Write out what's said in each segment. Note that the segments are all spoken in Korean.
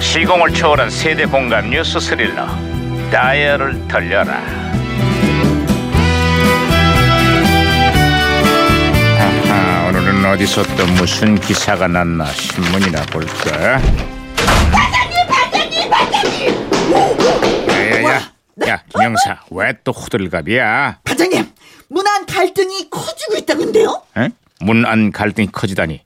진공을 초월한 세대 공감 뉴스 스릴러 다이얼을 돌려라 아하, 오늘은 어디서 또 무슨 기사가 났나 신문이나 볼까 반장님 반장님 반장님 야야야 야 김영사 왜 또 호들갑이야 반장님, 문안 갈등이 커지고 있다는데요? 에? 문안 갈등이 커지다니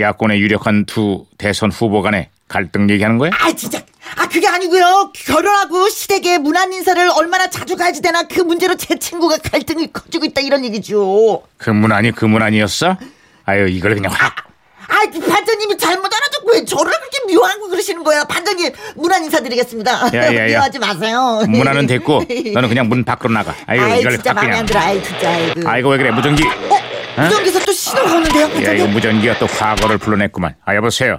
야권의 유력한 두 대선 후보 간의 갈등 얘기하는 거야? 아, 진짜. 아, 그게 아니고요. 결혼하고 시댁에 문안 인사를 얼마나 자주 가야지 되나 그 문제로 제 친구가 갈등이 커지고 있다 이런 얘기죠. 그 문안이 그 문안이었어? 아유 이걸 그냥 확 아, 그 반장님이 잘못 알아듣고 왜 저를 그렇게 미워하고 그러시는 거예요? 반장님, 문안 인사드리겠습니다. 야, 야, 야. 미워하지 마세요. 문안은 됐고 너는 그냥 문 밖으로 나가 아유 아이, 이걸 진짜 확 마음에 안 그냥 들어. 아이, 진짜. 아이고. 아이고 왜 그래 무전기 어? 무전기에서 또 신호가 오는데요, 야 반장님? 이거 무전기가 또 과거를 불러냈구만 아 여보세요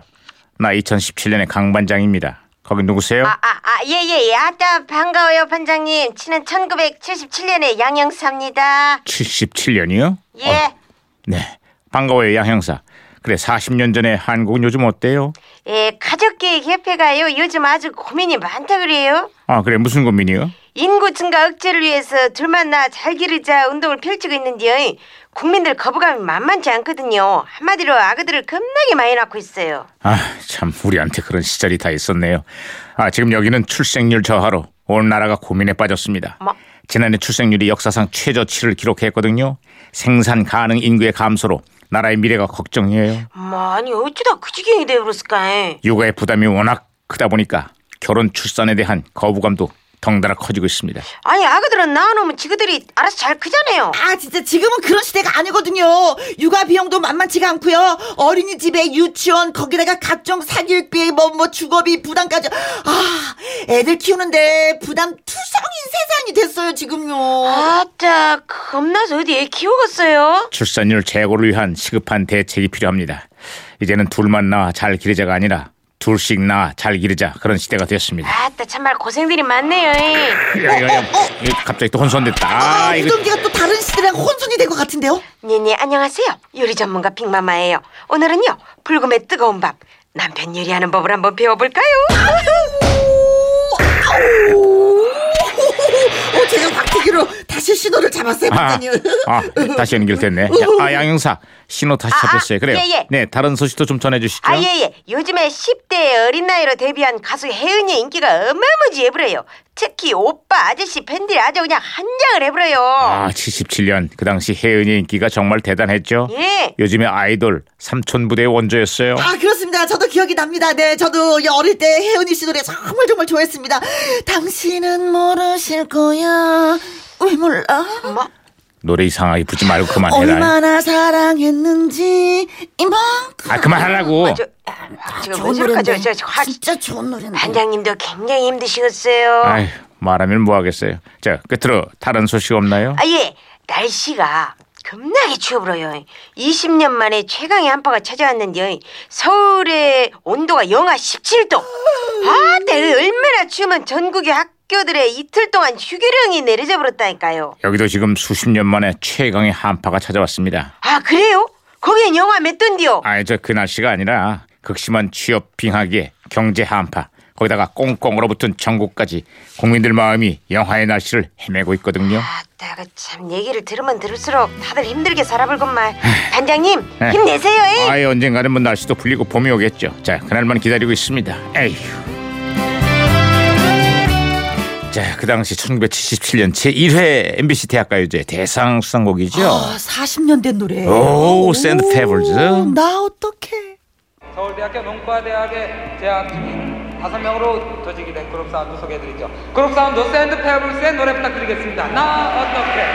나 2017년의 강반장입니다 거기 누구세요? 아아아 예예예 아따 반가워요 반장님 치는 1977년의 양형사입니다 77년이요? 예 네 반가워요 양 형사 그래 40년 전에 한국은 요즘 어때요? 예, 가족계획협회가요 요즘 아주 고민이 많다 그래요 아 그래 무슨 고민이요? 인구 증가 억제를 위해서 둘 만나 잘 기르자 운동을 펼치고 있는데요 국민들 거부감이 만만치 않거든요 한마디로 아그들을 겁나게 많이 낳고 있어요 아 참 우리한테 그런 시절이 다 있었네요. 아 지금 여기는 출생률 저하로 온 나라가 고민에 빠졌습니다. 뭐? 지난해 출생률이 역사상 최저치를 기록했거든요. 생산 가능 인구의 감소로 나라의 미래가 걱정이에요. 뭐 아니 어쩌다 그 지경이 되어버렸을까 육아의 부담이 워낙 크다 보니까 결혼 출산에 대한 거부감도 덩달아 커지고 있습니다. 아니 아그들은 낳아놓으면 지그들이 알아서 잘 크잖아요 아 진짜 지금은 그런 시대가 아니거든요. 육아 비용도 만만치가 않고요. 어린이집에 유치원 거기다가 각종 사교육비 뭐 뭐 주거비 부담까지 아 애들 키우는데 부담 투성인 세상이 됐어요 지금요. 아따 겁나서 어디에 키우겠어요 출산율 제고를 위한 시급한 대책이 필요합니다. 이제는 둘만 낳아 잘 기르자가 아니라 둘씩 낳아 잘 기르자 그런 시대가 되었습니다. 아따 참말 고생들이 많네요. 이. 야, 야, 야, 이거 갑자기 또 혼선됐다. 아, 아, 이 이거 무전기가 또 다른 시대랑 혼선이 된 것 같은데요? 네네 안녕하세요. 요리 전문가 빅마마예요. 오늘은요 불금의 뜨거운 밥 남편 요리하는 법을 한번 배워볼까요? 아우, 어, 제가 박태기로 다시 신호를 잡았어요, 아, 박사님. 아, 다시 연결됐네. 야, 아, 양형사 신호 다시 아, 아, 잡혔어요. 그래요. 예, 예. 네, 다른 소식도 좀 전해주시죠. 아 예예 요즘에 10대의 어린 나이로 데뷔한 가수 혜은이의 인기가 어마무지 해버려요. 특히 오빠 아저씨 팬들이 아주 그냥 한장을 해버려요. 아, 77년 그 당시 혜은이 인기가 정말 대단했죠. 예. 요즘에 아이돌 삼촌 부대의 원조였어요. 아 그렇습니다. 저도 기억이 납니다. 네, 저도 이 어릴 때 혜은이 씨 노래 정말 정말 좋아했습니다. 당신은 모르실 거야. 왜 몰라? 뭐? 노래 이상하게 부지 말고 그만해라. 얼마나 사랑했는지 이만큼. 아, 그만하라고. 저, 아, 지금 좋은 무슨 소리까 노래인데. 저, 저, 저, 화- 진짜 좋은 노래인데. 반장님도 굉장히 힘드시겠어요. 아휴, 말하면 뭐하겠어요. 자, 끝으로 다른 소식 없나요? 아, 예. 날씨가 겁나게 추워버려요. 20년 만에 최강의 한파가 찾아왔는데요. 서울의 온도가 영하 17도. 아, 네, 얼마나 추우면 전국의 학교들에 이틀 동안 휴교령이 내려져 버렸다니까요. 여기도 지금 수십 년 만에 최강의 한파가 찾아왔습니다. 아, 그래요? 거긴 영하 몇 도인데요? 아니 저 그 날씨가 아니라 극심한 취업 빙하기에 경제 한파 거기다가 꽁꽁 얼어붙은 전국까지 국민들 마음이 영하의 날씨를 헤매고 있거든요. 아따, 그참 얘기를 들으면 들을수록 다들 힘들게 살아볼건만. 반장님, 네. 힘내세요. 에이. 아예 언젠가는 뭐 날씨도 풀리고 봄이 오겠죠. 자 그날만 기다리고 있습니다. 에휴. 자그 당시 1977년 제 1회 MBC 대학가요제 대상 수상곡이죠. 아, 40년 된 노래. 오, 샌드 페블즈. 오, 나 어떡해. 서울대학교 농과대학에 재학 중인 다섯 명으로 조직이 된 그룹 사운드 소개해드리죠. 그룹 사운드 샌드페블스의 노래 부탁드리겠습니다. 나 어떻게?